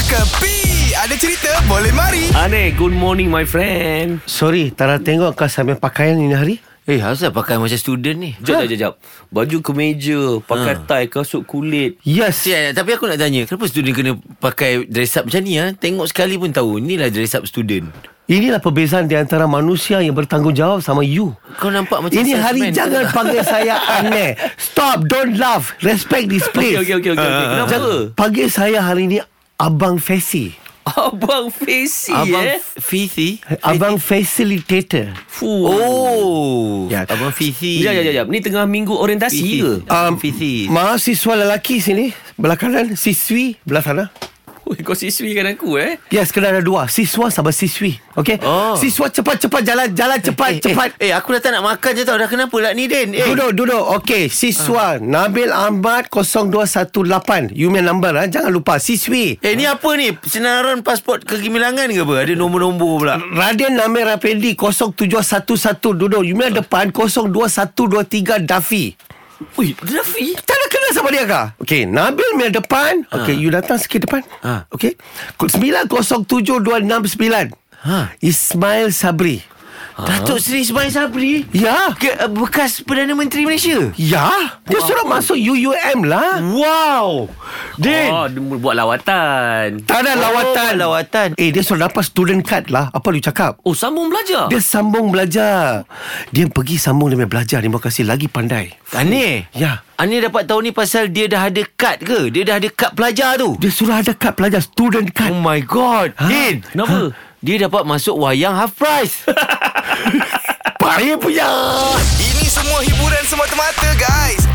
Kepi Ada cerita boleh mari Ane, Ah, good morning my friend. Sorry, Tara tengok kau sampai pakaian ini hari. Eh, Hazal pakai macam student ni. Ha? Jap, jap, jap, jap. Baju kemeja, pakai ha. tie, kasut kulit. Yes. Sian, eh, tapi aku nak tanya, kenapa student kena pakai dress up macam ni? Ha? Tengok sekali pun tahu, inilah dress up student. Inilah perbezaan di antara manusia yang bertanggungjawab sama you. Kau nampak macam Ini salesman, hari betul jangan tak? panggil saya aneh. Stop, don't laugh. Respect this place. Okey, okey, okey, okey, okey. Kenapa? Panggil saya hari ini Abang Fesi. Abang Fesi Abang eh. Fifi. Abang Facilitator. Fuh. Oh. Ya. Abang Fifi. Jap, jap, jap, jap. Ni tengah minggu orientasi Fifi. ke? Abang Fifi. Um, mahasiswa lelaki sini, belah kanan, siswi, belah sana. Ui, kau siswi kan aku eh. Yes, kena ada dua. Siswa sama siswi. Okay? Oh. Siswa cepat-cepat jalan, jalan cepat, Eh, cepat. Eh, eh, aku dah tak nak makan je tau. Dah kenapa lah ni, Din? Eh. Ah. Duduk, duduk. Okey, siswa Nabil Ahmad 0218. You main number ah, jangan lupa siswi. Eh, ni apa ni? Senaran pasport kegemilangan ke apa? Ada nombor-nombor pula. Raden Namir Rapendi 0711 duduk. You main depan 02123 Dafi. Ui, Rafi. Tak ada kenal sama dia kah? Okey, Nabil main depan. Okey, Ah. you datang sikit depan. Ha. Okey. 907269. Ha. Ismail Sabri. Ah. Datuk Seri Ismail Sabri. Ya. Ke, uh, bekas Perdana Menteri Malaysia. Ya, dia suruh masuk UUM lah. Wow. Ah, Din. Oh, dia buat lawatan. Tak ada lawatan. Oh, lawatan. Eh, dia suruh dapat student card lah. Apa lu cakap? Oh, sambung belajar. Dia sambung belajar. Dia pergi sambung dia punya belajar. Terima kasih lagi pandai. Ani. Ya. Ani dapat tahu ni pasal dia dah ada kad ke? Dia dah ada kad pelajar tu. Dia suruh ada kad pelajar. Student Oh card. my god. Ha? Ha? Din. Kenapa? Dia dapat masuk wayang half price. Paya punya. Ini semua hiburan semata-mata guys